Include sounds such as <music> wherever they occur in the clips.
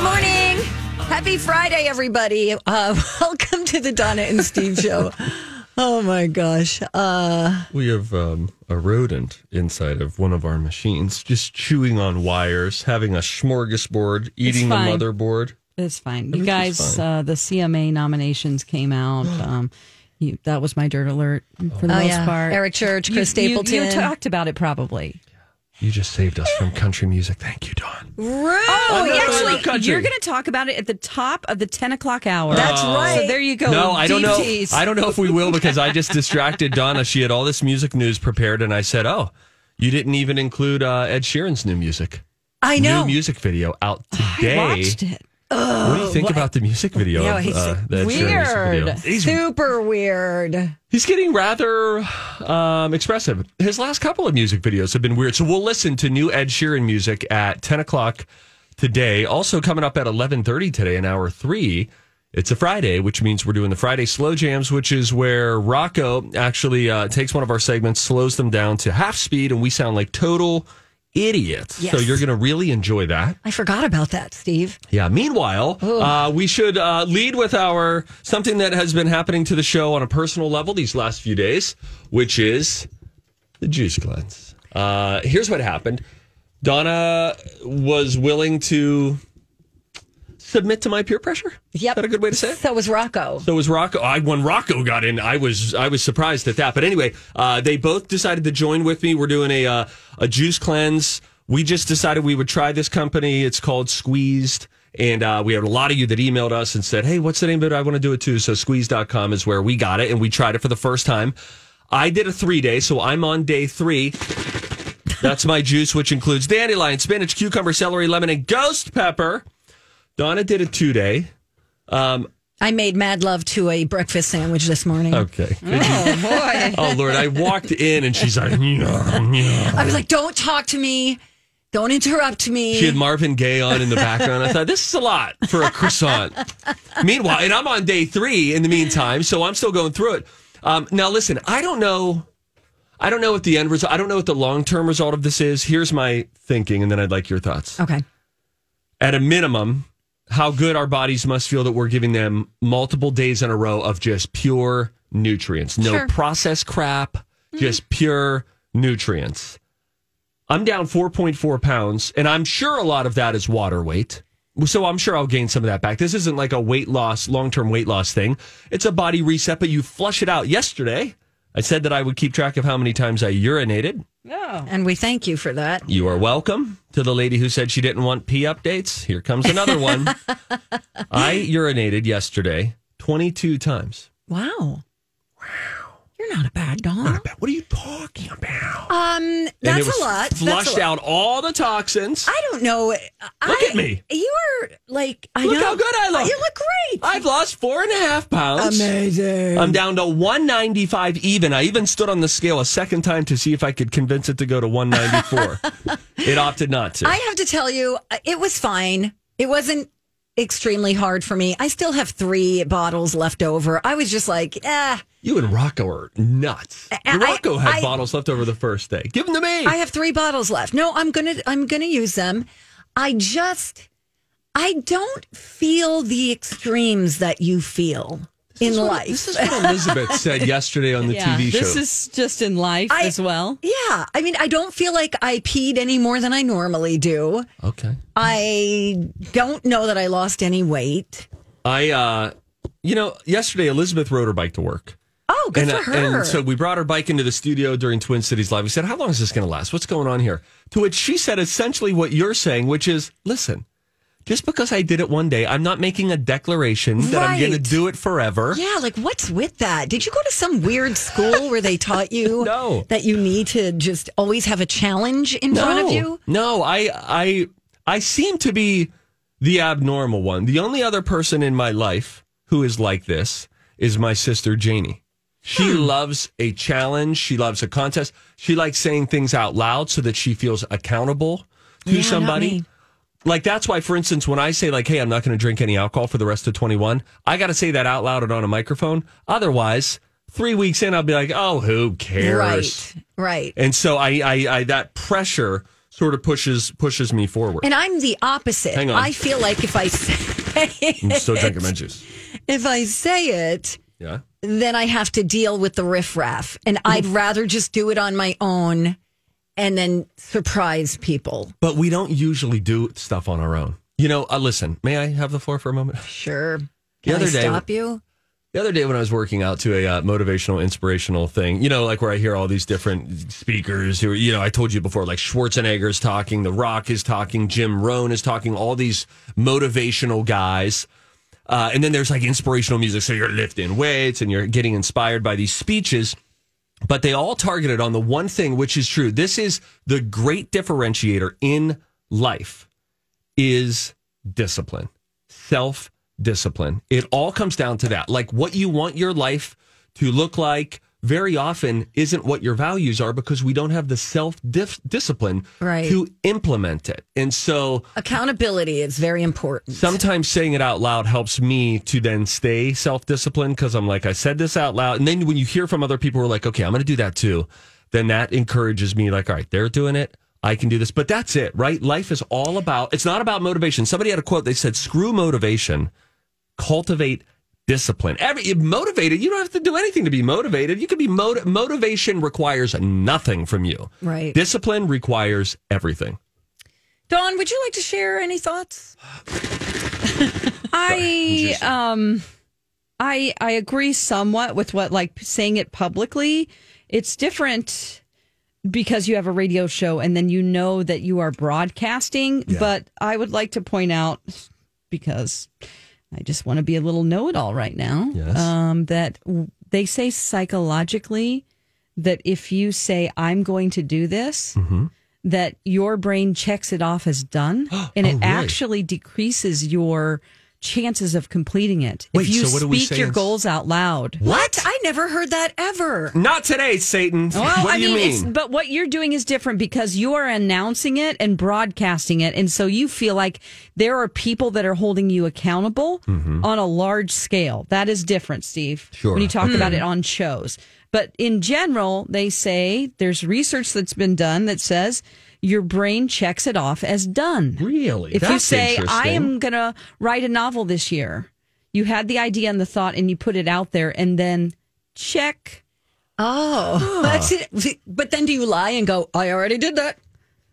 Morning. Happy Friday, everybody. Uh, <laughs> welcome to the Donna and Steve <laughs> show. Oh my gosh. Uh, We have um, a rodent inside of one of our machines, just chewing on wires, having a smorgasbord, eating the fine. motherboard. It's fine. You Everything's guys, fine. Uh, the CMA nominations <gasps> came out. Um, you, that was my dirt alert for the oh most yeah. part. Eric Church, You- Chris you- Stapleton. You, talked about it probably. You just saved us from country music. Thank you, Don. Oh, Another actually, little country. you're going to talk about it at the top of the 10 o'clock hour. That's Oh. right. So there you go. No, I don't Deep know. tease. I don't know if we will because I just distracted Donna. She had all this music news prepared, and I said, "Oh, you didn't even include uh, Ed Sheeran's new music, I know. new music video out I today." watched Oh, it. What do you think about the music video? Yeah, of, he's uh, the Ed Sheeran music video? weird. He's Super weird. He's getting rather um, expressive. His last couple of music videos have been weird. So we'll listen to new Ed Sheeran music at 10 o'clock today. Also coming up at 11.30 today in hour three. It's a Friday, which means we're doing the Friday Slow Jams, which is where Rocco actually uh, takes one of our segments, slows them down to half speed, and we sound like total idiots. So Yes. you're going to really enjoy that. I forgot about that, Steve. Yeah. Meanwhile, uh, we should uh, lead with our something that has been happening to the show on a personal level these last few days, which is the juice cleanse. Uh, here's what happened: Donna was willing to submit to my peer pressure. Yep. Is that a good way to say it? So was Rocco. So was Rocco. I, when Rocco got in, I was I was surprised at that. But anyway, uh, they both decided to join with me. We're doing a uh, a juice cleanse. We just decided we would try this company. It's called Squeezed. And uh, we had a lot of you that emailed us and said, hey, what's the name of it? I want to do it too. So squeeze.com is where we got it. And we tried it for the first time. I did a three day. So I'm on day three. That's my juice, which includes dandelion, spinach, cucumber, celery, lemon, and ghost pepper. Donna did a two day. I made mad love to a breakfast sandwich this morning. Okay. Oh boy. <laughs> Oh Lord, I walked in and she's like, "Nyah, nyah." I was like, don't talk to me. Don't interrupt me. she had Marvin Gaye on in the background. I thought this is a lot for a croissant. Meanwhile, and I'm on day three in the meantime, so I'm still going through it. Um, now, listen, I don't know, I don't know what the end result. I don't know what the long term result of this is. Here's my thinking, and then I'd like your thoughts. okay. At a minimum, how good our bodies must feel that we're giving them multiple days in a row of just pure nutrients, no Sure. processed crap, just pure nutrients. I'm down 4.4 pounds, and I'm sure a lot of that is water weight. So I'm sure I'll gain some of that back. This isn't like a weight loss, long term weight loss thing. It's a body reset, but you flush it out. Yesterday, I said that I would keep track of how many times I urinated. And we thank you for that. You are welcome to the lady who said she didn't want pee updates. Here comes another one. <laughs> I urinated yesterday 22 times. Wow. Wow. You're not a bad dog. What are you talking about? Um, and it that's was a lot. Flushed that's a out lot. all the toxins. I don't know. Look I, at me. You are like, I Look know. how good I look. You look great. I've lost four and a half pounds. Amazing. I'm down to 195 even. I even stood on the scale a second time to see if I could convince it to go to <laughs> 194. it opted not to. I have to tell you, uh, it was fine. It wasn't extremely hard for me. I still have three bottles left over. I was just like, eh, you and Rocco are nuts. I- Rocco had I- bottles left over the first day. Give them to me. I have three bottles left. No, I'm gonna, I'm gonna use them. I just, I don't feel the extremes that you feel. This in is what- life. This is what Elizabeth <laughs> said yesterday on the TV show. This is just in life I- as well. yeah, I mean, I don't feel like I peed any more than I normally do. okay. I don't know that I lost any weight. I, uh, you know, yesterday Elizabeth rode her bike to work. Oh, good and, for uh, her. and so we brought her bike into the studio during Twin Cities Live. We said, How long is this going to last? What's going on here? To which she said essentially what you're saying, which is, Listen, just because I did it one day, I'm not making a declaration that I'm going to Right. do it forever. yeah, like what's with that? Did you go to some weird school where they taught you <laughs> No. that you need to just always have a challenge in front of you? No, I I I seem to be the abnormal one. The only other person in my life who is like this is my sister Janie. She Hmm. loves a challenge. She loves a contest. She likes saying things out loud so that she feels accountable to not somebody. me. Like that's why, for instance, when I say like, "Hey, I'm not going to drink any alcohol for the rest of 21," I got to say that out loud and on a microphone. Otherwise, three weeks in, I'll be like, "Oh, who cares?" Right, right. and so I, I, I that pressure sort of pushes pushes me <laughs> forward. And I'm the opposite. Hang on. I feel like if I say I'm still drinking my juice. <laughs> if I say it, Yeah. then I have to deal with the riffraff, and I'd rather just do it on my own and then surprise people. But we don't usually do stuff on our own. You know, uh, listen, may I have the floor for a moment? Sure. Can The other I day- stop you? The other day when I was working out to a uh, motivational, inspirational thing, you know, like where I hear all these different speakers who, are- you know, I told you before, like Schwarzenegger's talking, The Rock is talking, Jim Rohn is talking, all these motivational guys. Uh, and then there's like inspirational music. So you're lifting weights and you're getting inspired by these speeches. but they all targeted on the one thing which is true this is the great differentiator in life is discipline self discipline it all comes down to that like what you want your life to look like very often isn't what your values are because we don't have the self discipline Right. to implement it and so Accountability is very important. sometimes saying it out loud helps me to then stay self-disciplined because i'm like i said this out loud and then when you hear from other people who are like okay i'm gonna do that too then that encourages me like all right they're doing it i can do this but that's it right life is all about it's not about motivation somebody had a quote they said screw motivation cultivate discipline every you're motivated you don't have to do anything to be motivated you can be moti- motivation requires nothing from you Right. discipline requires everything Dawn, would you like to share any thoughts? I um I I agree somewhat with what like saying it publicly. It's different because you have a radio show and then you know that you are broadcasting, but I would like to point out because I just want to be a little know-it-all right now. Yes. Um that w- they say psychologically that if you say I'm going to do this, Mm-hmm. that your brain checks it off as done and <gasps> Oh, it really? actually decreases your chances of completing it. Wait, if you so what do we speak say your ins- goals out loud. What? I never heard that <gasps> ever. not today satan Well, what do I you mean, mean It's, but what you're doing is different because you are announcing it and broadcasting it. And so you feel like there are people that are holding you accountable on a large scale. That is different, Steve. Mm-hmm. Sure. Mm. When you talk about it on shows. But in general, they say there's research that's been done that says your brain checks it off as done. Really? If you That's say, I interesting. am going to write a novel this year, you had the idea and the thought and you put it out there and then check. Oh, that's it. But then do you lie and go, I already did that?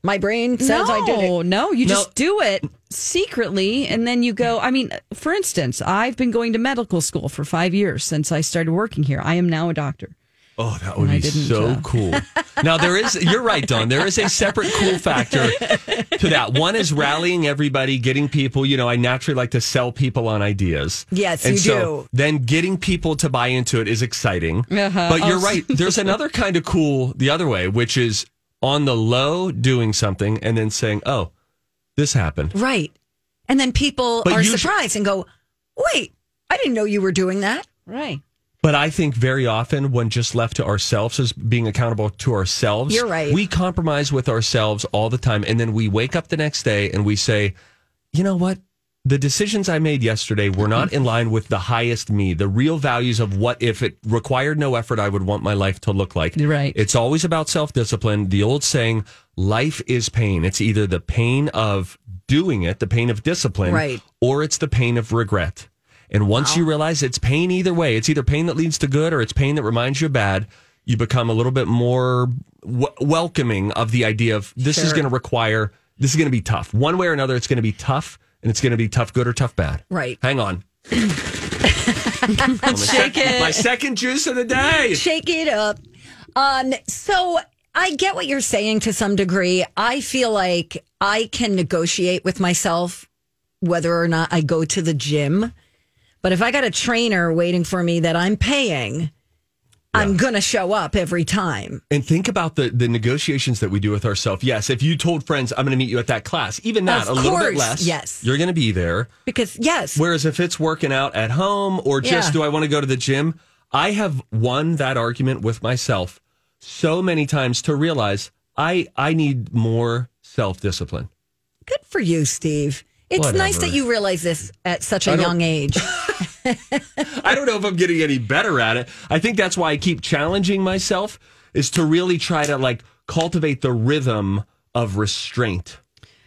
My brain says I did it. No, no, you No. just do it secretly, and then you go. I mean, for instance, I've been going to medical school for five years since I started working here. I am now a doctor. Oh, that would I be didn't, so uh, cool. <laughs> Now there is you're right, Don. There is a separate cool factor to that. One is rallying everybody, getting people, you know, I naturally like to sell people on ideas. Yes, and you so do. Then getting people to buy into it is exciting. Uh-huh. But you're Oh. right. <laughs> There's another kind of cool the other way, which is on the low doing something and then saying, "Oh, this happened." Right. And then people But are you- surprised and go, wait, I didn't know you were doing that. Right. But I think very often, when just left to ourselves as being accountable to ourselves, You're right. We compromise with ourselves all the time, and then we wake up the next day and we say, "You know what? The decisions I made yesterday were not in line with the highest me, the real values of what if it required no effort, I would want my life to look like." You're right. It's always about self discipline. The old saying, "Life is pain." It's either the pain of doing it, the pain of discipline, Right. or it's the pain of regret. And once you realize it's pain either way, it's either pain that leads to good or it's pain that reminds you of bad, you become a little bit more w- welcoming of the idea of this is Sure. going to require, this is going to be tough. One way or another, it's going to be tough and it's going to be tough good or tough bad. Right. Hang <laughs> on. <laughs> Shake My it. second juice of the day. Shake it up. Um, so I get what you're saying to some degree. I feel like I can negotiate with myself whether or not I go to the gym. But if I got a trainer waiting for me that I'm paying, I'm going to show up every time. And think about the the negotiations that we do with ourselves. Yes, if you told friends, I'm going to meet you at that class, even that, Of a little bit course, less. yes. You're going to be there. Because, yes, Whereas if it's working out at home or just Yeah. do I want to go to the gym, I have won that argument with myself so many times to realize I I need more self discipline. good for you, Steve. It's nice Whatever. that you realize this at such a don't- young age. I don't know if I'm getting any better at it. I think that's why I keep challenging myself is to really try to like cultivate the rhythm of restraint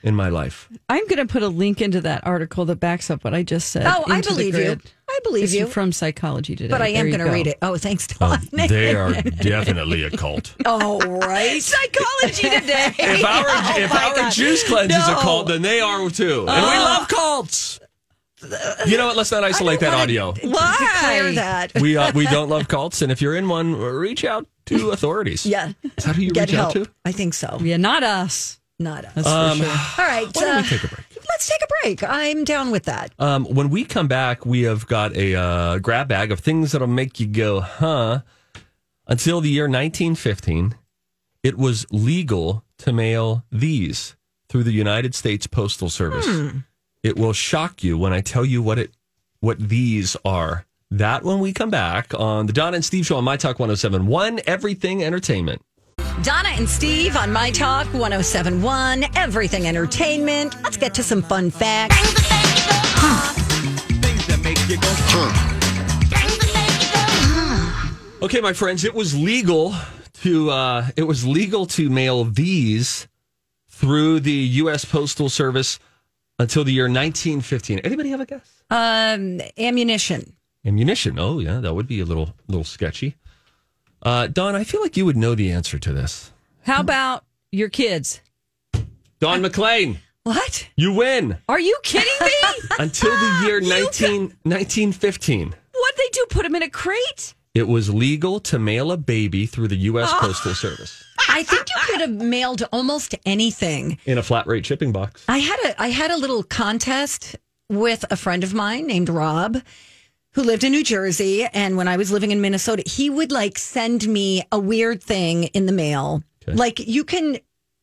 in my life. I'm going to put a link into that article that backs up what I just said. Oh, I into the believe you. grid. I believe This is you. from Psychology Today. but I am going going to read it. Oh, thanks, Don. <laughs> They are definitely a cult. oh, right. Psychology Today. If our, if my our God. juice cleanse is a No. cult, then they are too. And we love cults. You know what? Let's not isolate that <laughs> audio. Why? <laughs> Declare that. We uh, we don't love cults, and if you're in one, reach out to authorities. Yeah. Is that who you Get reach help. out to? I think so. <laughs> Yeah, not us. Not us. Um, All right. Why don't uh, we take a break? let's take a break. I'm down with that. Um, when we come back, we have got a uh, grab bag of things that'll make you go, huh? Until the year 1915, it was legal to mail these through the United States Postal Service. It will shock you when I tell you what it what these are. That when we come back on the Don and Steve Show on My Talk 1071, Everything Entertainment. Donna and Steve on My Talk 1071, Everything Entertainment. Let's get to some fun facts. Okay, my friends, it was legal to uh, it was legal to mail these through the U.S. Postal Service until the year 1915. Anybody have a guess? Um, ammunition. Ammunition. Oh, yeah, that would be a little little sketchy. Uh, Don, I feel like you would know the answer to this. How about your kids? Don McLean, What? you win Are you kidding <laughs> me? until the year 19, 1915. What'd they do? Put them in a crate? It was legal to mail a baby through the U.S. Postal Service I think you could have mailed almost anything. in a flat rate shipping box. I had a I had a little contest with a friend of mine named Rob who lived in New Jersey and when I was living in Minnesota he would like send me a weird thing in the mail. Like you can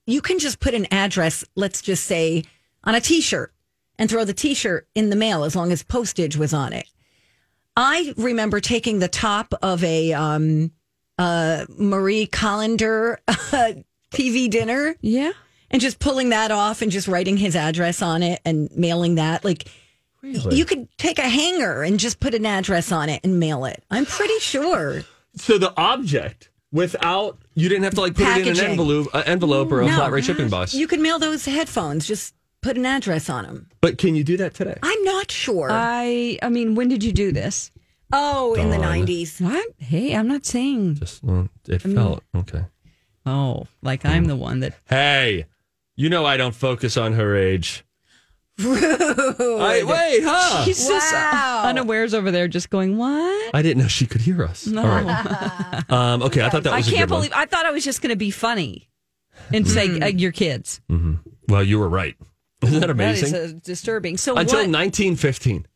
you can just put an address let's just say on a t-shirt and throw the t-shirt in the mail as long as postage was on it. I remember taking the top of a um uh Marie Colander <laughs> TV dinner Yeah. and just pulling that off and just writing his address on it and mailing that like you could take a hanger and just put an address on it and mail it i'm pretty sure So the object without you didn't have to like put it in an Packaging. envelope, uh, envelope or a No. flat rate shipping box. you could mail those headphones just put an address on them but can you do that today? i'm not sure Uh, I I mean, when did you do this? oh in the 90s What? Hey, I'm not saying. Just well, it Mm. felt okay. Oh, like I'm the one that. Hey, you know I don't focus on her age. I, wait, huh? She's just Wow. <laughs> unawares over there, just going what? I didn't know she could hear us. All <laughs> right. um, okay, I thought that I was a can't good one. Mm-hmm. believe. I thought I was just going to be funny and say uh, your kids. Well, you were right. Isn't that amazing? That is uh, disturbing. So Until what? 1915.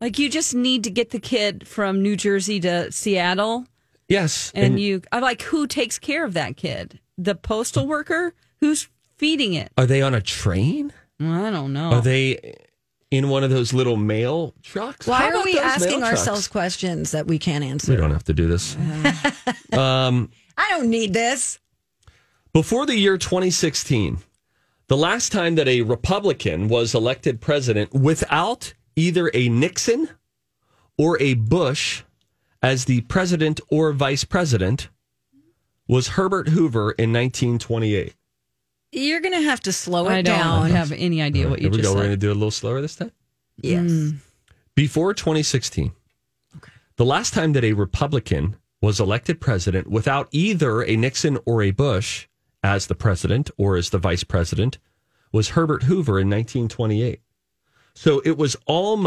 like you just need to get the kid from New Jersey to Seattle, Yes. and, you. I like who takes care of that kid? The Mm. postal worker who's feeding it. are they on a train? Well, I don't know. Are they in one of those little mail trucks? How why are about we those mail asking trucks? ourselves questions that we can't answer We don't have to do this. um, i don't need this before the year 2016, the last time that a Republican was elected president without either a Nixon or a Bush as the president or vice president was Herbert Hoover in 1928. you're gonna have to slow it I don't down have any idea what you Here we just go. We're going said. to do it a little slower this time. yes Before 2016, the last time that a Republican was elected president without either a Nixon or a Bush as the president or as the vice president was Herbert Hoover in 1928. So it was almost.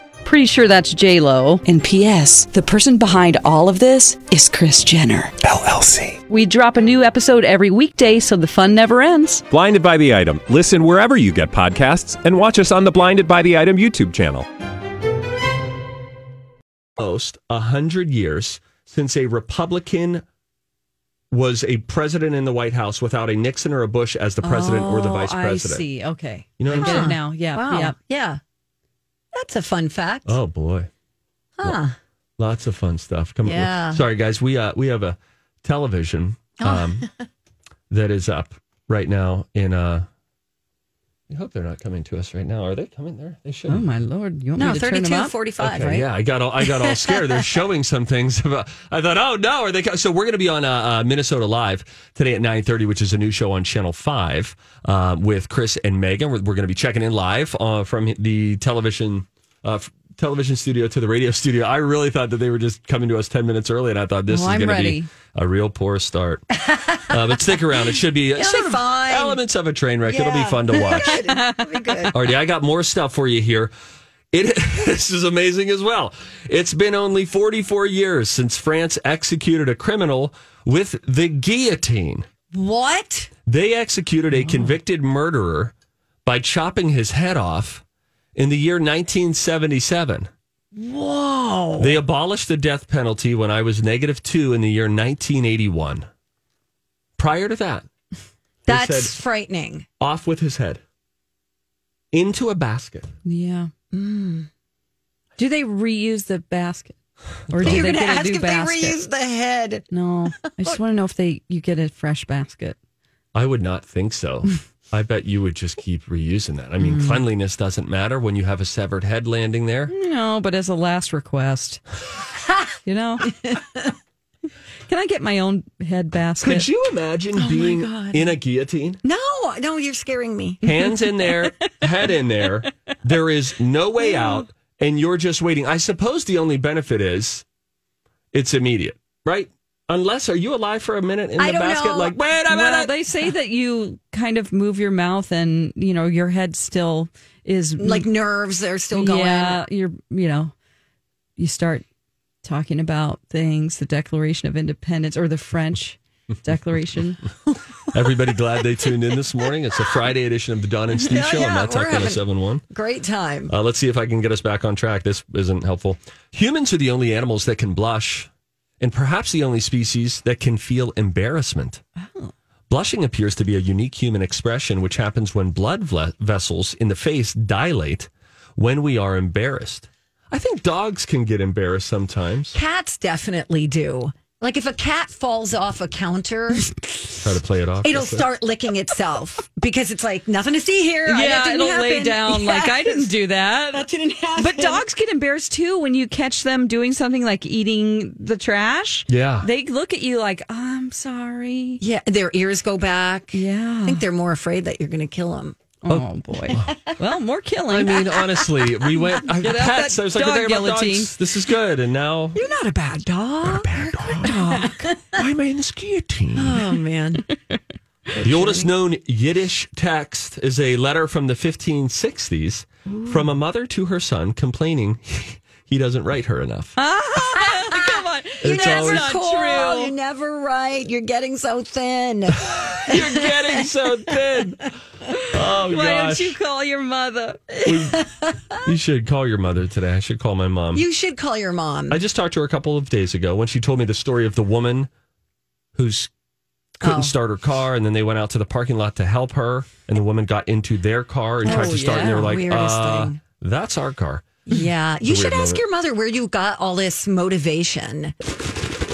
Pretty sure that's J Lo. And P.S. The person behind all of this is Chris Jenner LLC. We drop a new episode every weekday, so the fun never ends. Blinded by the item. Listen wherever you get podcasts, and watch us on the Blinded by the Item YouTube channel. almost 100 years since a Republican was a president in the White House without a Nixon or a Bush as the president or the Oh, vice president. I see. Okay. You know what I'm I get saying? it now. Yeah. Wow. yeah. Yeah. That's a fun fact. Oh boy, huh. lots of fun stuff coming. Yeah. Oh. Sorry guys, we uh, we have a television um, <laughs> that is up right now in uh I hope they're not coming to us right now. Are they coming there? They should. Oh my lord! You want No, me to turn 'em thirty-two up? forty-five. Okay, right? Yeah, I got all I got all scared. <laughs> They're showing some things. <laughs> About, I thought, oh no, are they? co-" So we're going to be on uh, uh, Minnesota Live today at nine thirty, which is a new show on Channel Five uh, with Chris and Megan. We're, we're going to be checking in live uh, from the television. Uh, f- Television studio to the radio <laughs> studio. I really thought that they were just coming to us 10 minutes early, and I thought this Well, is I'm going to be ready. a real poor <laughs> start. uh, but stick around. It should be, uh, be sort of fine. elements of a train wreck. It'll be fun to <laughs> watch. That'd be good. Alrighty, I got more stuff for you here. It, <laughs> this is amazing as well. It's been only 44 years since France executed a criminal with the guillotine. What? They executed a convicted murderer by chopping his head off in the year 1977. Whoa. They abolished the death penalty when I was negative two in the year 1981. Prior to that, That's said- frightening. off with his head into a basket. Yeah. Mm. Do they reuse the basket, or do You're they going to get a ask new if basket? they reuse the head. no, I just want to know if they you get a fresh basket. I would not think <laughs> so. I bet you would just keep reusing that. I mean, cleanliness doesn't matter when you have a severed head landing there. No, but as a last <laughs> request, you <laughs> know. Can I get my own head basket? Could you imagine Oh being in a guillotine? <laughs> No, no, you're scaring me. Hands in there, head in there. There is no way out, and you're just waiting. I suppose the only benefit is it's immediate, right? Unless, are you alive for a minute in the I don't basket? know. Like, wait a Well, <laughs> minute. they say that you kind of move your mouth, and you know your head still is Like nerves, they're still going. Mm. Yeah, you're you know, you start talking about things, the Declaration of Independence or the <laughs> French Declaration. Everybody glad they tuned in this morning. It's a Friday edition of the Don and Steve Yeah, Show. Oh, yeah, I'm not we're talking having- 7 1. Great time. Uh, let's see if I can get us back on track. This isn't helpful. Humans are the only animals that can blush, and perhaps the only species that can feel embarrassment. Oh. Blushing appears to be a unique human expression, which happens when blood vle- vessels in the face dilate when we are embarrassed. I think dogs can get embarrassed sometimes. Cats definitely do. Like if a cat falls off <laughs> a counter, Try to play it off. it'll Just- start licking itself because it's like nothing to see here. I- that didn't it'll lay happen." <laughs> down like I didn't do that. That didn't happen. But dogs get embarrassed too when you catch them doing something like eating the trash. Yeah. They look at you like, I'm sorry. Yeah, their ears go back. I Yeah. think they're more afraid that you're going to kill them. Oh, boy. well, <laughs> more killing. I mean, honestly, we went <laughs> I, out pets. that I was like, we're dog talking about guillotine. dogs. This is good, and now You're not a bad dog. bad dog. <laughs> Why am I in this guillotine? Oh <laughs> man. The oldest known Yiddish text is a letter from the 1560s from <laughs> <laughs> a mother to her son complaining he doesn't write her enough. Come on. You're It's never always- not cool. true. You're never right. You're getting so thin. You're getting so thin. Oh Why gosh. don't you call your mother? You should call your mother today. I should call my mom. you should call your mom. I just talked to her a couple of days ago when she told me the story of the woman who's couldn't Oh. start her car and then they went out to the parking lot to help her and the woman got into their car and tried Oh, to start and they yeah. were like Weirdest uh, thing. that's our car yeah. You a should weird ask moment. your mother where you got all this motivation.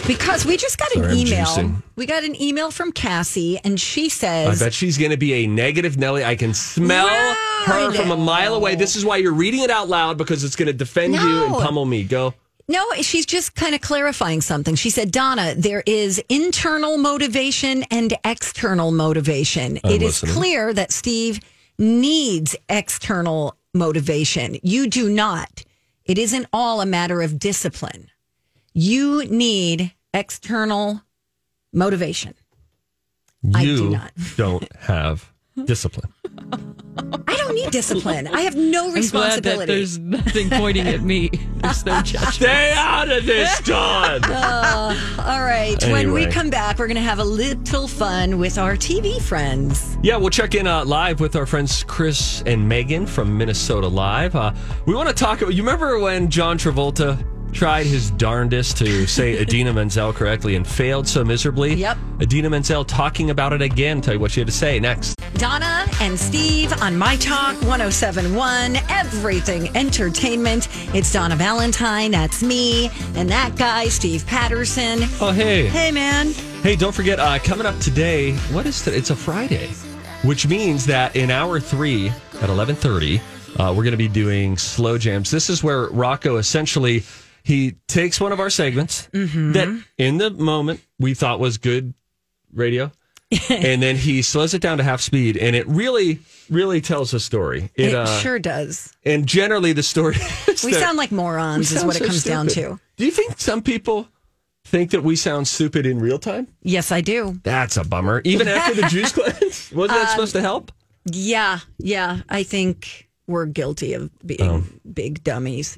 Because we just got Sorry, an I'm email. juicing. We got an email from Cassie, and she i says, bet she's going to be a negative nelly i can smell her from a mile away this is why you're reading it out loud because it's going to defend you and No. pummel me go No, she's just kind of clarifying something. She said, Donna, there is internal motivation and external motivation. I'm it is listening. clear that Steve needs external motivation. You do not. It isn't all a matter of discipline. You need external motivation. I do you not. don't have <laughs> discipline I don't need discipline. I have no I'm glad that responsibility. there's nothing pointing at me. There's no judgment. stay out of <laughs> this don all right. When we Anyway. come back, we're going to have a little fun with our TV friends. Yeah, we'll check in uh, live with our friends Chris and Megan from Minnesota Live. Uh, we want to talk. You remember when John Travolta tried his darndest to say Adina Menzel correctly and failed so miserably? Yep. Adina Menzel talking about it again. Tell you what she had to say next. Donna and Steve on My Talk 1071, Everything Entertainment. It's Donna Valentine, that's me, and that guy, Steve Patterson. Oh, hey. Hey, man. Hey, don't forget, uh, coming up today, what is today? It's a Friday, which means that in hour three at 1130, uh, we're going to be doing slow jams. This is where Rocco essentially, he takes one of our segments Mm-hmm. that in the moment we thought was good <laughs> radio, and then he slows it down to half speed, and it really, really tells a story. It, uh, sure does. And generally the story <laughs> is We that- sound like we morons, is sound what it so comes down stupid. to. Do you think some people think that we sound stupid in real time? Yes, I do. That's a bummer. <laughs> Even after the juice cleanse, wasn't that supposed Um, to help? Yeah, yeah. I think we're guilty of being Oh. big dummies.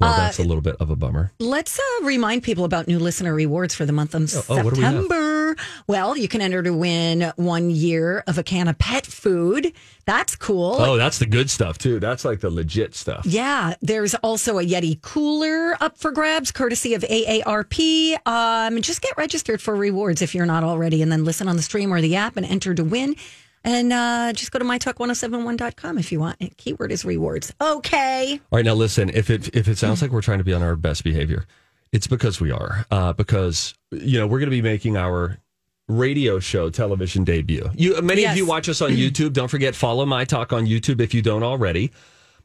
Well, that's a little bit of a bummer. Let's uh, remind people about new listener rewards for the month of oh, what do we have? September. well, you can enter to win one year of a can of pet food. That's cool. Oh, that's the good stuff too. That's like the legit stuff. Yeah, there's also a Yeti cooler up for grabs, courtesy of AARP. Um, just get registered for rewards if you're not already, and then listen on the stream or the app and enter to win. And uh, just go to mytalk1071.com if you want. And keyword is rewards. Okay. All right, now listen. If it if it sounds like we're trying to be on our best behavior, it's because we are. Uh, because you know we're going to be making our radio show television debut. You many Yes. of you watch <clears throat> us on YouTube. Don't forget follow my talk on YouTube if you don't already.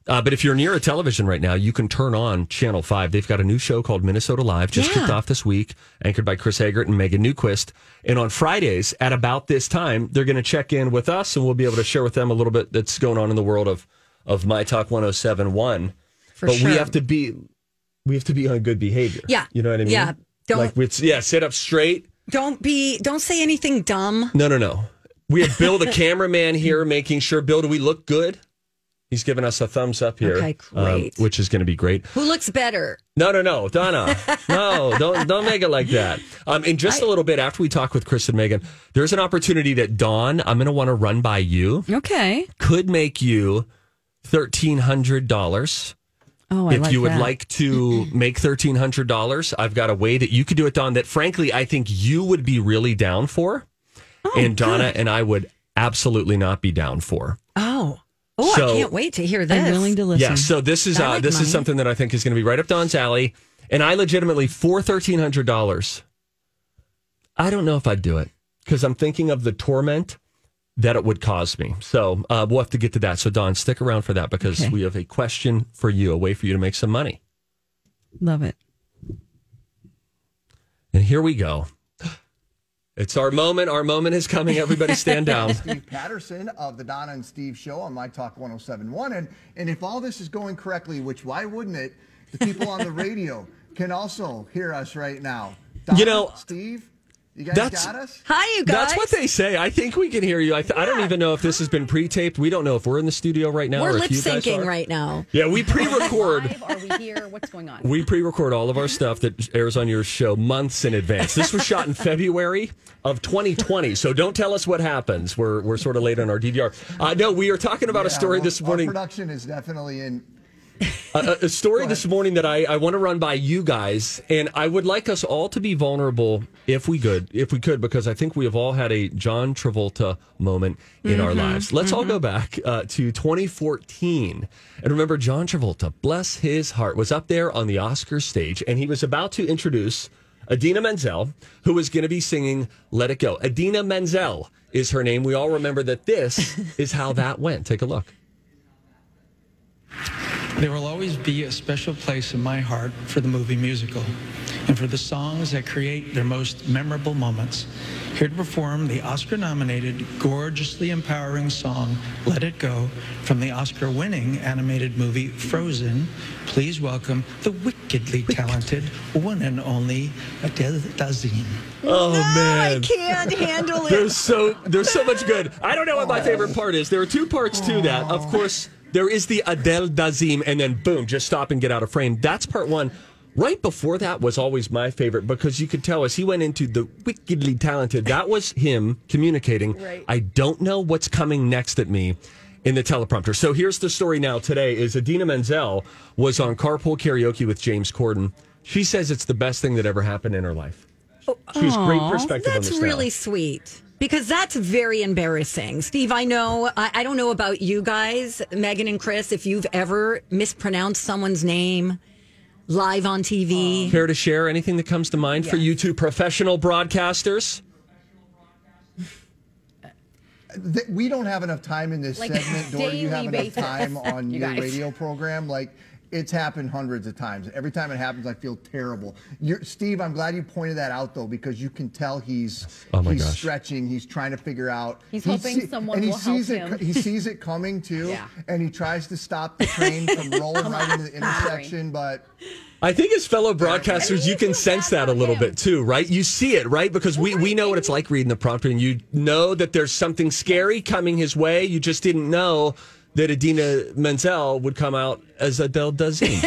Uh, but if you're near a television right now, you can turn on Channel 5. They've got a new show called Minnesota Live, just Yeah. kicked off this week, anchored by Chris Hagert and Megan Newquist. And on Fridays at about this time, they're going to check in with us and we'll be able to share with them a little bit that's going on in the world of, of My Talk 1071. For but sure. we have to be we have to be on good behavior. Yeah. You know what I mean? Yeah. Don't- like it's, yeah, sit up straight. Don't be, don't say anything dumb. No, no, no. We have Bill, the <laughs> cameraman here, making sure Bill, do we look good? He's giving us a thumbs up here, um, Okay, great. which is going to be great. Who looks better? No, no, no, <laughs> Donna, no, don't don't make it like that. Um, in just a little bit after we talk with Chris and Megan, there's an opportunity that Dawn, I'm going to want to run by you, Okay. could make you thirteen hundred dollars Oh, I if like you would that. like to make thirteen hundred dollars, I've got a way that you could do it, Don. That frankly, I think you would be really down for, Oh, and Donna and I would absolutely not be down for. Oh. Oh, So- I can't wait to hear this. I'm willing to listen. Yeah. So this is I uh, like this money. is something that I think is going to be right up Don's alley, and I legitimately for thirteen hundred dollars. I don't know if I'd do it because I'm thinking of the torment that it would cause me. So uh, we'll have to get to that. So Don, stick around for that because Okay. we have a question for you, a way for you to make some money. Love it. And here we go. <gasps> It's our moment. Our moment is coming. Everybody <laughs> stand down. Steve Patterson of the Donna and Steve Show on My Talk 1071. And, and if all this is going correctly, which why wouldn't it, the people on the radio can also hear us right now. Donna, You know- Steve, You guys That's- got us? Hi, you guys. That's what they say. I think we can hear you. I, th- I don't even know if this has been pre-taped. We don't know if we're in the studio right now. We're or lip if you guys syncing are. <laughs> right now. Yeah, we pre-record. Live? Are we here? What's <laughs> going on? We pre-record all of our stuff that airs on your show months in advance. This was shot in February of 2020, so don't tell us what happens. We're we're sort of late on our DVR. Uh, no, we are talking about a Yeah, story well, this our morning. production is definitely in. a, a story this morning that I, I want to run by you guys, and I would like us all to be vulnerable if we could, if we could, because I think we have all had a John Travolta moment in our lives. Let's all go back uh, to 2014 and remember John Travolta, bless his heart, was up there on the Oscar stage, and he was about to introduce Adina Menzel, who is going to be singing "Let It Go." Adina Menzel is her name. We all remember that. <laughs> This is how that went. Take a look. There will always be a special place in my heart for the movie musical and for the songs that create their most memorable moments. Here to perform the Oscar nominated, gorgeously empowering song Let It Go from the Oscar winning animated movie Frozen, please welcome the wickedly talented one and only Adele Dazeem. Oh man, I can't handle it. There's so there's so much good. I don't know what my Oh. favorite part is. There are two parts to that. Of course, there is the Adele Dazim, and then boom, just stop and get out of frame. That's part one. Right before that was always my favorite because you could tell as he went into the wickedly talented. That was him communicating. I don't know what's coming next at me in the teleprompter. So here's the story now today is Adina Menzel was on carpool karaoke with James Corden. She says it's the best thing that ever happened in her life. She's great perspective on That's this now. really sweet because that's very embarrassing. Steve, I know, I, I don't know about you guys, Megan and Chris, if you've ever mispronounced someone's name live on TV. Care to share anything that comes to mind for you two professional broadcasters? Th- we don't have enough time in this Like, segment, nor do you have daily enough <laughs> time on you your guys. radio program. Like, it's happened hundreds of times. Every time it happens, I feel terrible. You're, Steve, I'm glad you pointed that out though, because you can tell he's Oh, my he's gosh. stretching. He's trying to figure out. He's He hoping see- someone and he will help sees it, him. He sees it coming too, Yeah. and he tries to stop the train <laughs> from rolling right into the intersection. But I think as fellow broadcasters, you can sense that a little bit too, right? You see it, right? Because we, we know what it's like reading the prompter and you know that there's something scary coming his way. You just didn't know that Adina Menzel would come out as Adele Dazim.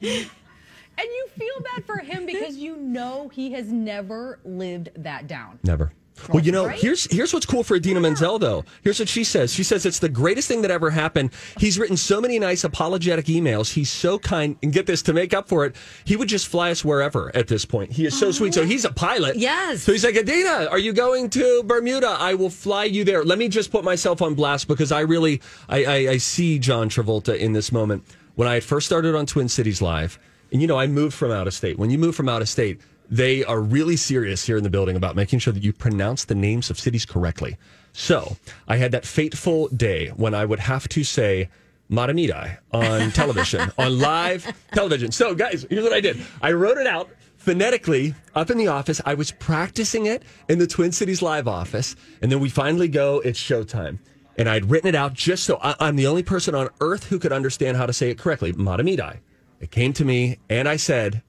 And you feel bad for him because you know he has never lived that down. Never. Well, you know, here's here's what's cool for Adina Menzel though. Here's what she says. She says it's the greatest thing that ever happened. He's written so many nice apologetic emails. He's so kind, and get this to make up for it, he would just fly us wherever at this point. He is so sweet. So he's a pilot. Yes. So he's like, Adina, are you going to Bermuda? I will fly you there. Let me just put myself on blast because I really I I, I see John Travolta in this moment. When I first started on Twin Cities Live, and you know, I moved from out of state. When you move from out of state, they are really serious here in the building about making sure that you pronounce the names of cities correctly. So I had that fateful day when I would have to say Matamidai E on television, on live television. So, guys, here's what I did I wrote it out phonetically up in the office. I was practicing it in the Twin Cities Live office. And then we finally go, it's showtime. And I'd written it out just so I, I'm the only person on earth who could understand how to say it correctly Matamidai. It came to me, and I said,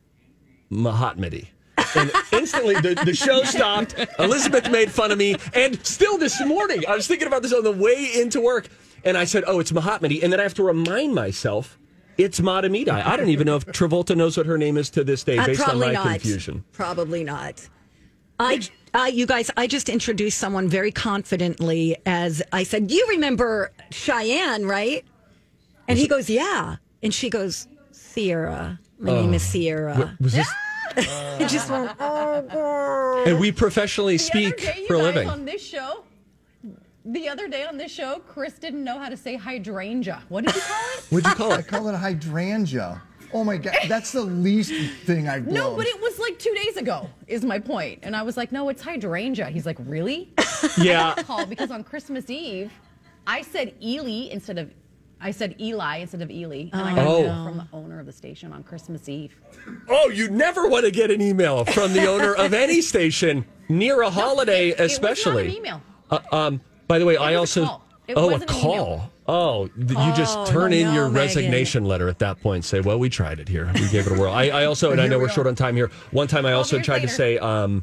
Mahatmadi. And instantly the, <laughs> the show stopped. Elizabeth made fun of me. And still this morning, I was thinking about this on the way into work. And I said, Oh, it's Mahatmadi. And then I have to remind myself it's Matamidi. I don't even know if Travolta knows what her name is to this day Uh, based on probably my not. confusion. Probably not. I, I, you guys, I just introduced someone very confidently as I said, You remember Cheyenne, right? And he goes, Yeah. And she goes, Sierra. My name is Sierra. Oh. Was this, It just went, oh, girl. and we professionally speak the other day, you for a guys living. on this show, the other day on this show, Chris didn't know how to say hydrangea. What did you call it? What'd you call I it? call it a hydrangea. Oh my god, that's the least thing I've No, blown. but it was like two days ago, is my point. And I was like, no, it's hydrangea. He's like, really? Yeah. Call because on Christmas Eve, I said Ely instead of. I said Eli instead of Ely, and I got Oh. an email from the owner of the station on Christmas Eve. Oh, you never want to get an email from the <laughs> owner of any station near a holiday, it was not especially. an email. Uh, um, by the way, I was a also call. It oh a wasn't an call. email. Oh, th- you Oh, just turn in no, your Megan. resignation letter at that point. Say, well, we tried it here. We gave it a whirl. I, I also, and I know we're short on time here. One time I also tried to <laughs> say, um,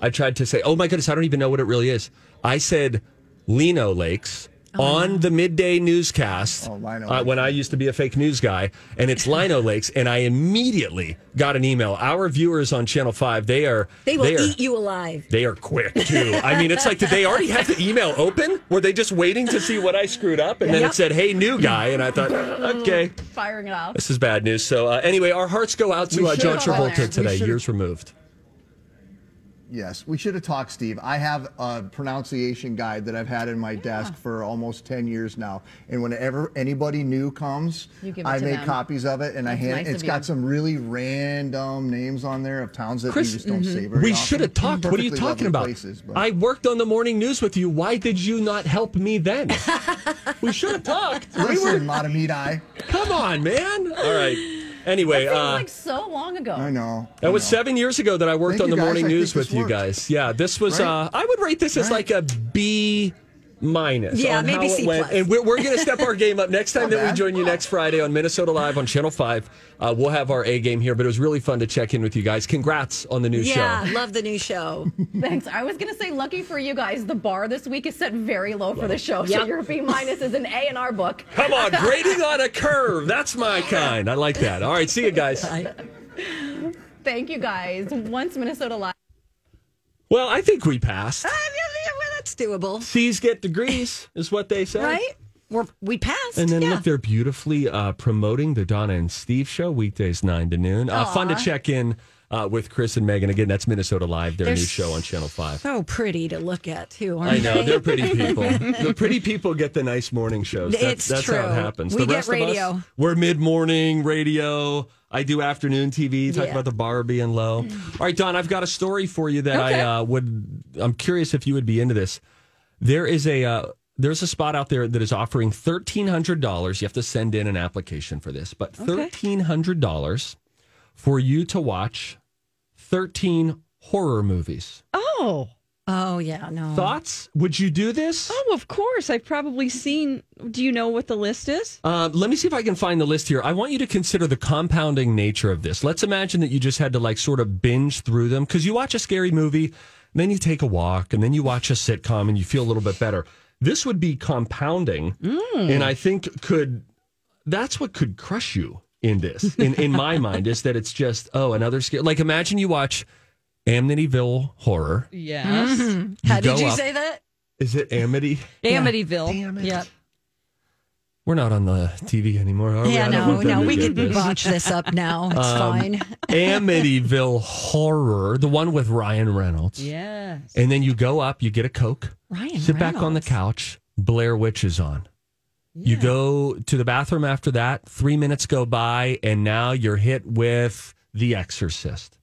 I tried to say, oh my goodness, I don't even know what it really is. I said Lino Lakes Oh, on the midday newscast uh, when I used to be a fake news guy, and it's Lino Lakes. And I immediately got an email. Our viewers on Channel 5, they are. They will are- eat you alive. They are quick too. I mean, it's like did they already have the email open? Were they just waiting to see what I screwed up? And then Yep. it said, "Hey, new guy," and I thought, "Okay, Firing it off. this is bad news." So uh, anyway, our hearts go out to We uh, should John have gone there. Travolta today, We should- years removed. Yes, we should have talked, Steve. I have a pronunciation guide that I've had in my desk for almost 10 years now. And whenever anybody new comes, You give it I to make them. copies of it and I That's hand nice it. It's of got you. some really random names on there of towns that Chris, mm-hmm. we just don't say very We often. should have talked. What are you Perfectly talking lovely about? places, but- I worked on the morning news with you. Why did you not help <laughs> me then? we should have talked. We were. Listen, Matamidi. Come on, man. All right. Anyway, Seems uh, like so long ago. I know. I That was know. seven years ago that I worked Thank on you, the guys. morning I news think this with you worked. guys. Yeah, this was. Right. Uh, I would rate this as like a B minus. Yeah, on maybe how it C went. plus. And we're, we're going to step our game up <laughs> next time that we bad. join you next Friday on Minnesota Live on Channel Five. Uh, we'll have our A game here, but it was really fun to check in with you guys. Congrats on the new yeah, show. love the new show. <laughs> Thanks. I was gonna say, lucky for you guys, the bar this week is set very low for the show. So Yep. your B minus is an A in our book. Come on, grading on a curve. That's <laughs> my kind. I like that. All right, see you guys. Thank you guys. Once Minnesota Live. Well, I think we passed. well, that's doable, C's get degrees, is what they say. right? We're, we passed. And then yeah. look, they're beautifully uh, promoting the Donna and Steve show weekdays nine to noon. Uh, fun to check in uh, with Chris and Megan again. That's Minnesota Live, their They're new show on Channel Five. so pretty to look at too. Aren't I know they? they're pretty people. The pretty people get the nice morning shows. That's, It's that's how true. it happens. We the get rest of radio. us, we're mid morning radio. I do afternoon TV. Talk Yeah. about the bar being low. All right, Don, I've got a story for you that Okay. I uh, would. I'm curious if you would be into this. There is a uh, there's a spot out there that is offering thirteen hundred dollars. You have to send in an application for this, but thirteen hundred dollars for you to watch thirteen horror movies. Oh, Oh yeah, no. Thoughts? Would you do this? oh, of course. I've probably seen. Do you know what the list is? Uh, let me see if I can find the list here. I want you to consider the compounding nature of this. Let's imagine that you just had to like sort of binge through them because you watch a scary movie, and then you take a walk, and then you watch a sitcom, and you feel a little bit better. This would be compounding, Mm. and I think could that's what could crush you in this. In in <laughs> my mind, is that it's just oh another scare. Like imagine you watch Amityville Horror. Yes. Mm-hmm. How you did go you up- say that? Is it Amity? Amityville. Damn it. Yep. We're not on the TV anymore, are we? Yeah, Oh, I don't no, think no. we We did can this. Um, botch this up <laughs> now. It's fine. Amityville Horror, the one with Ryan Reynolds. Yes. And then you go up, you get a Coke, Ryan sit back on the Reynolds. couch, Blair Witch is on. You go to the bathroom after that, three minutes go by, and now you're hit with The Exorcist.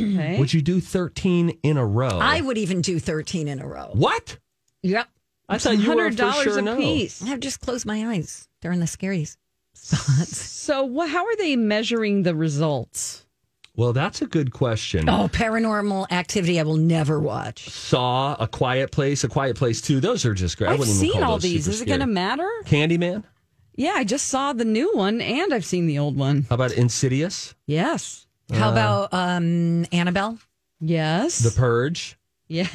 Okay. Would you do 13 in a row? I would even do thirteen in a row. What? Yep. I thought you were for $100 sure a no. piece. I've just closed my eyes during the scaries. So, wha how are they measuring the results? Well, that's a good question. Oh, paranormal activity! I will never watch. Saw, A Quiet Place, A Quiet Place 2. Those are just great. I I've wouldn't even seen call all those these. super Is it going to scary. matter? Candyman? Yeah, I just saw the new one and I've seen the old one. How about Insidious? Yes. How about um, Annabelle, Yes. The Purge? yes.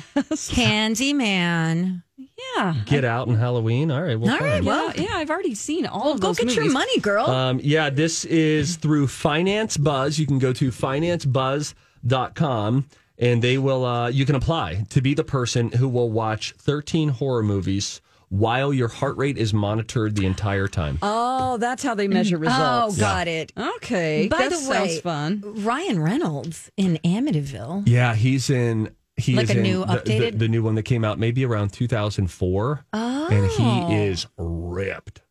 Candyman? Yeah. Get out and Halloween. All right. Well, All right, fine. Well, well, yeah, I've already seen all well, of go those get your movies. money, girl. Um, yeah, this is through Finance Buzz. You can go to financebuzz.com and they will, uh, you can apply to be the person who will watch 13 horror movies while your heart rate is monitored the entire time. Uh, Oh, that's how they measure oh, results. got it. Okay. By that the way, sounds fun. Ryan Reynolds in Amityville. Yeah, he's in. He Like is a in new the, the, updated- the new one that came out maybe around 2004. Oh, And he is ripped.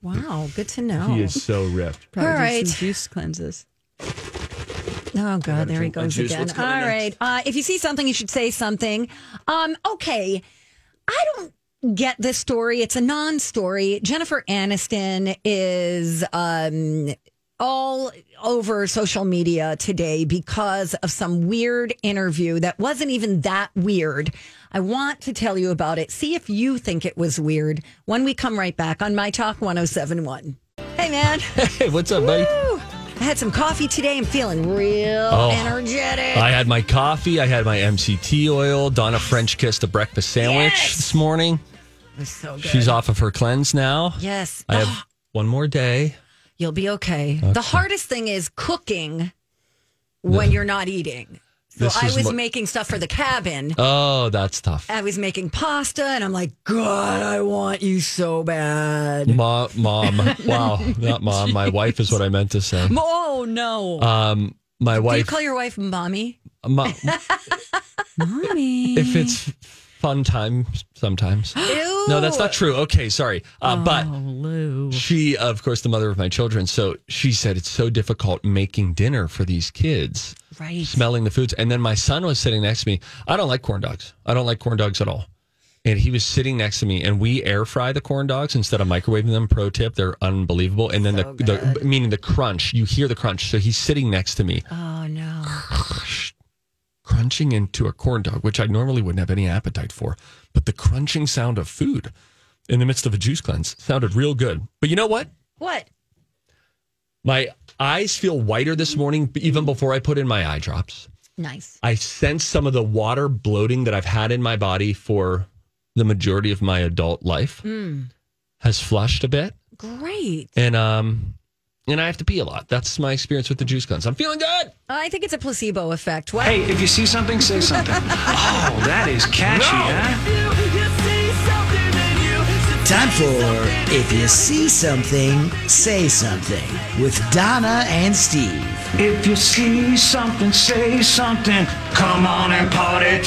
Wow, good to know. He is so ripped. Probably All do right. some juice cleanses. Oh God, there he drink my goes juice. again. What's All coming right, uh, if you see something, you should say something. Um, okay, I don't get this story. It's a non-story. Jennifer Aniston is um, all over social media today because of some weird interview that wasn't even that weird. I want to tell you about it. See if you think it was weird when we come right back on My Talk 1071. Hey, man. <laughs> <laughs> Hey, what's up, buddy? Woo! I had some coffee today. I'm feeling real Oh. energetic. I had my coffee. I had my MCT oil. Donna French kissed a breakfast sandwich Yes! this morning. It was so good. She's off of her cleanse now. Yes. I <gasps> have one more day. You'll be okay. The hardest thing is cooking when you're not eating. So This I is was what- making stuff for the cabin. Oh, that's tough. I was making pasta, and I'm like, God, I want you so bad. Ma- <laughs> mom. Wow. Not mom. My wife is what I meant to say. Oh no! Um, my Do you wife. call your wife mommy? Ma- Mommy. if it's fun time, sometimes. Ew. No, that's not true. Okay, sorry. Uh, But Lou. she, of course, the mother of my children. So she said it's so difficult making dinner for these kids, Right. smelling the foods. And then my son was sitting next to me. I don't like corn dogs. I don't like corn dogs at all. And he was sitting next to me, and we air fry the corn dogs instead of microwaving them. Pro tip: they're unbelievable. And then the, the meaning the crunch, you hear the crunch. So he's sitting next to me, Oh no! crunching into a corn dog, which I normally wouldn't have any appetite for. But the crunching sound of food in the midst of a juice cleanse sounded real good. But you know what? What? My eyes feel whiter this morning, b- even before I put in my eye drops. Nice. I sense some of the water bloating that I've had in my body for the majority of my adult life has flushed a bit. Great. And, um, and I have to pee a lot. That's my experience with the juice cleanse. I'm feeling good. I think it's a placebo effect. What? Hey, if you see something, say something. oh, that is catchy, huh? Time for If You See Something, Say Something with Donna and Steve. If you see something, say something. Come on and party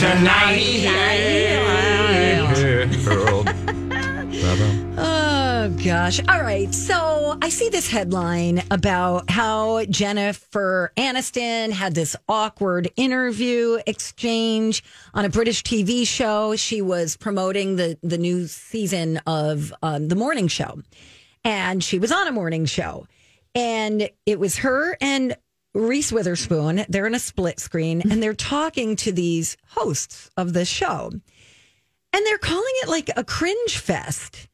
Oh gosh. All right. So I see this headline about how Jennifer Aniston had this awkward interview exchange on a British TV show. She was promoting the the new season of um, the morning show, and she was on a morning show, and it was her and Reese Witherspoon. They're in a split screen, and they're talking to these hosts of the show. And they're calling it like a cringe fest.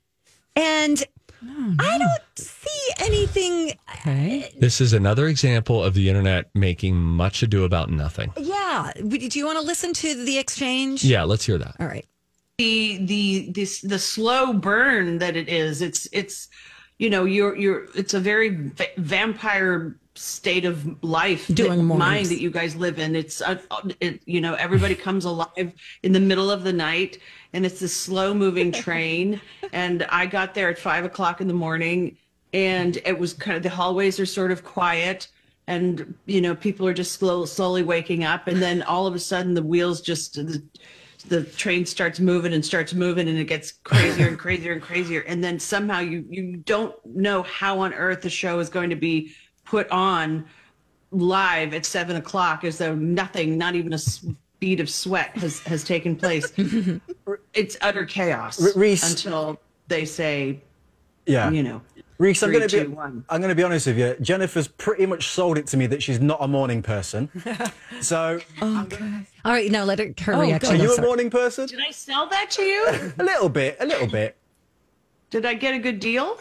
And I don't see anything. Okay. This is another example of the internet making much ado about nothing. Yeah. Do you want to listen to the exchange? Yeah, let's hear that. All right. the the this the slow burn that it is it's it's you know you're you're it's a very va- vampire state of life that, Doing mind mornings. that you guys live in it's uh, it, you know everybody comes alive in the middle of the night and it's this slow moving train and i got there at five o'clock in the morning and it was kind of the hallways are sort of quiet and you know people are just slow, slowly waking up and then all of a sudden the wheels just the, the train starts moving and starts moving and it gets crazier and crazier and crazier and then somehow you you don't know how on earth the show is going to be put on live at seven o'clock as though nothing not even a s- bead of sweat has has taken place it's utter chaos R- Reese. until they say Yeah. you know Reese, I'm three, going to two, be one. I'm going to be honest with you. Jennifer's pretty much sold it to me that she's not a morning person. so, All right. Now let her, her Oh, reaction. are I'm you a sorry. morning person? did i sell that to you A little bit, a little bit. did i get a good deal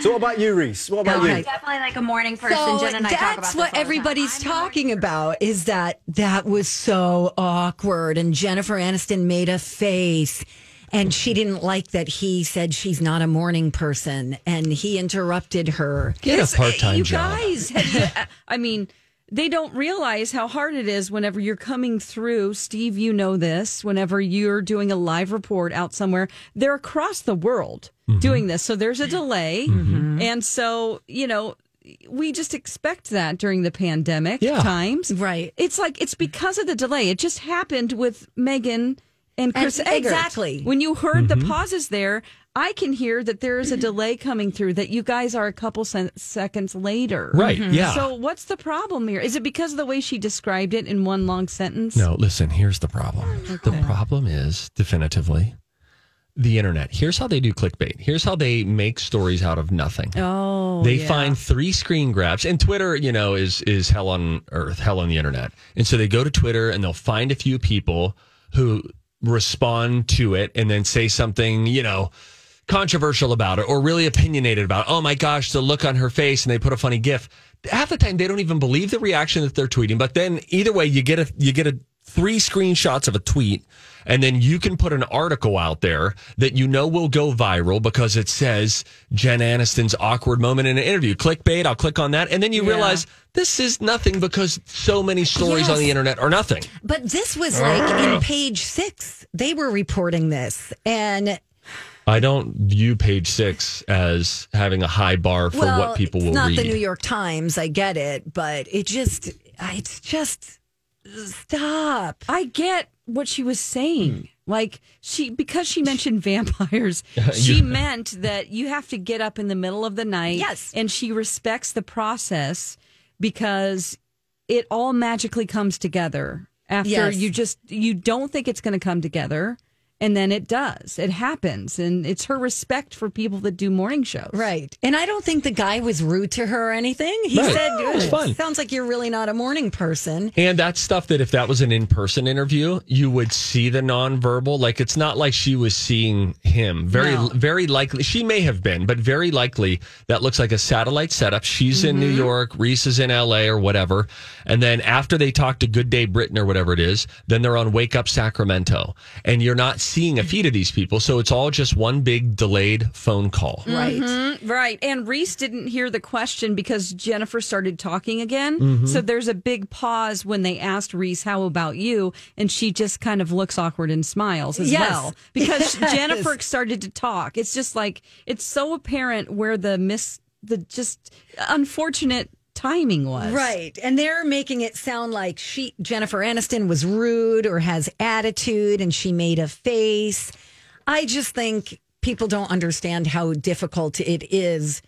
So, what about you, Reese? What about you? definitely like a morning person. So Jen and I talk about that's this what everybody's talking about is that that was so awkward. And Jennifer Aniston made a face and she didn't like that he said she's not a morning person and he interrupted her. Get a It's- part-time You job. guys, have you- uh, I mean, they don't realize how hard it is whenever you're coming through. Steve, you know this. Whenever you're doing a live report out somewhere, they're across the world Mm-hmm. doing this, so there's a delay, and so you know. We just expect that during the pandemic Yeah. times. Right. It's like it's because of the delay. It just happened with Megan and Chris Eggert. exactly. When you heard Mm-hmm. the pauses there, I can hear that there is a delay coming through that you guys are a couple sen- seconds later. Right, Mhm. yeah. Mm-hmm. So what's the problem here? Is it because of the way she described it in one long sentence? No, listen, here's the problem. The problem is definitively the internet. Here's how they do clickbait. Here's how they make stories out of nothing. Oh, they yeah. find three screen grabs and twitter you know is is hell on earth hell on the internet and so they go to twitter and they'll find a few people who respond to it and then say something you know controversial about it or really opinionated about it. oh my gosh the look on her face and they put a funny gif half the time they don't even believe the reaction that they're tweeting but then either way you get a you get a three screenshots of a tweet and then you can put an article out there that you know will go viral because it says Jen Aniston's awkward moment in an interview. Clickbait, I'll click on that. And then you Yeah. realize this is nothing because so many stories on Yes. the internet are nothing. But this Ah. was like in page six. They were reporting this. And I don't view page six as having a high bar for well, what people it's will not read. the New York Times. I get it. But it just, it's just, stop. I get what she was saying. Like she because she mentioned vampires, Yeah. she meant that you have to get up in the middle of the night. Yes. And she respects the process because it all magically comes together after Yes. you just you don't think it's gonna come together and then it does. It happens. And it's her respect for people that do morning shows. Right. And I don't think the guy was rude to her or anything. He Right. said, No, it was "Ugh, fun." sounds like you're really not a morning person. And that's stuff that if that was an in person interview, you would see the nonverbal. Like it's not like she was seeing him. Very, No. very likely she may have been, but very likely that looks like a satellite setup. She's in New York, Reese is in LA or whatever. And then after they talk to Good Day Britain or whatever it is, then they're on Wake Up Sacramento. And you're not seeing a feed of these people. So it's all just one big delayed phone call. Right. right. And Reese didn't hear the question because Jennifer started talking again. Mhm. So there's a big pause when they asked Reese, How about you? And she just kind of looks awkward and smiles as Yes. well. Because <laughs> Yes. Jennifer started to talk. It's just like, it's so apparent where the miss, the just unfortunate timing was. Right. And they're making it sound like she Jennifer Aniston was rude or has attitude and she made a face. I just think people don't understand how difficult it is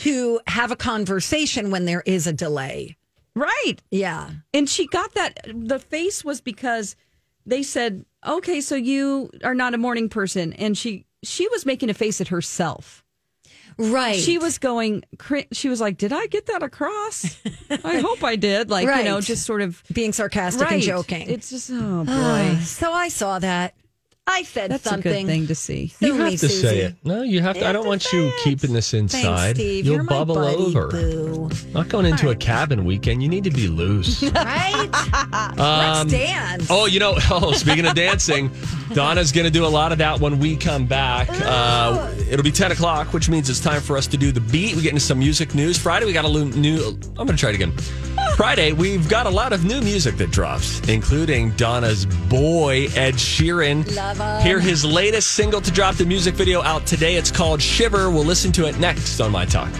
to have a conversation when there is a delay. Right. Yeah. And she got that. The face was because they said, "Okay, so you are not a morning person," and she she was making a face at herself. Right. She was going. cr- She was like, "Did I get that across? I hope I did." Like you know, Right. just sort of being sarcastic and joking. It's just oh Ah, boy, so I saw that. I said that's something. a good thing to see. So You have me, to say Susie. it. No, you have to. I don't want you keeping this Thanks, inside. Steve. You'll You're my bubble buddy, over. Boo. Not going into a cabin weekend. You need to be <laughs> loose. right? Um, Let's dance. Oh, you know, <laughs> oh, speaking of dancing, Donna's going to do a lot of that when we come back. Uh, it'll be 10 o'clock, which means it's time for us to do the beat. We get into some music news. Friday, we got a lo- new. I'm going to try it <laughs> again. Friday, we've got a lot of new music that drops, including Donna's boy, Ed Sheeran. Love 'em. Hear his latest single to drop the music video out today. It's called Shiver. We'll listen to it next on My Talk.